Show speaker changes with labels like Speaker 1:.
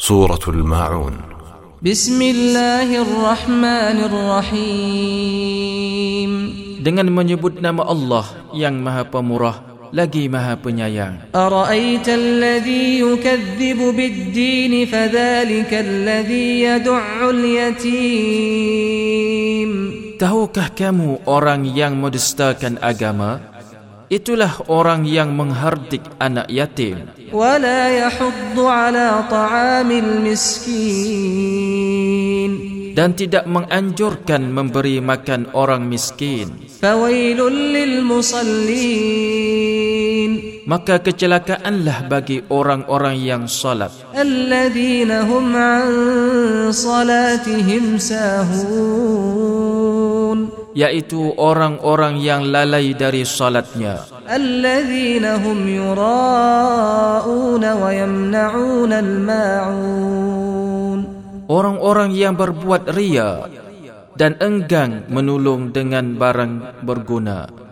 Speaker 1: سورة الماعون
Speaker 2: بسم الله الرحمن الرحيم
Speaker 3: dengan menyebut nama Allah yang Maha Pemurah lagi Maha Penyayang.
Speaker 2: أرأيت الذي يكذب بالدين فذلك الذي يدع اليتيم
Speaker 3: Tahukah kamu orang yang mendustakan agama? Itulah orang yang menghardik anak yatim
Speaker 2: ولا يحض على طعام المسكين
Speaker 3: dan tidak menganjurkan memberi makan orang miskin.
Speaker 2: فويل للمصلين
Speaker 3: Maka kecelakaanlah bagi orang-orang yang salat
Speaker 2: الذين هم عن صلاتهم ساهون
Speaker 3: yaitu orang-orang yang lalai dari salatnya
Speaker 2: الذين هم يراءون ويمنعون الماعون
Speaker 3: orang-orang yang berbuat ria dan enggan menolong dengan barang berguna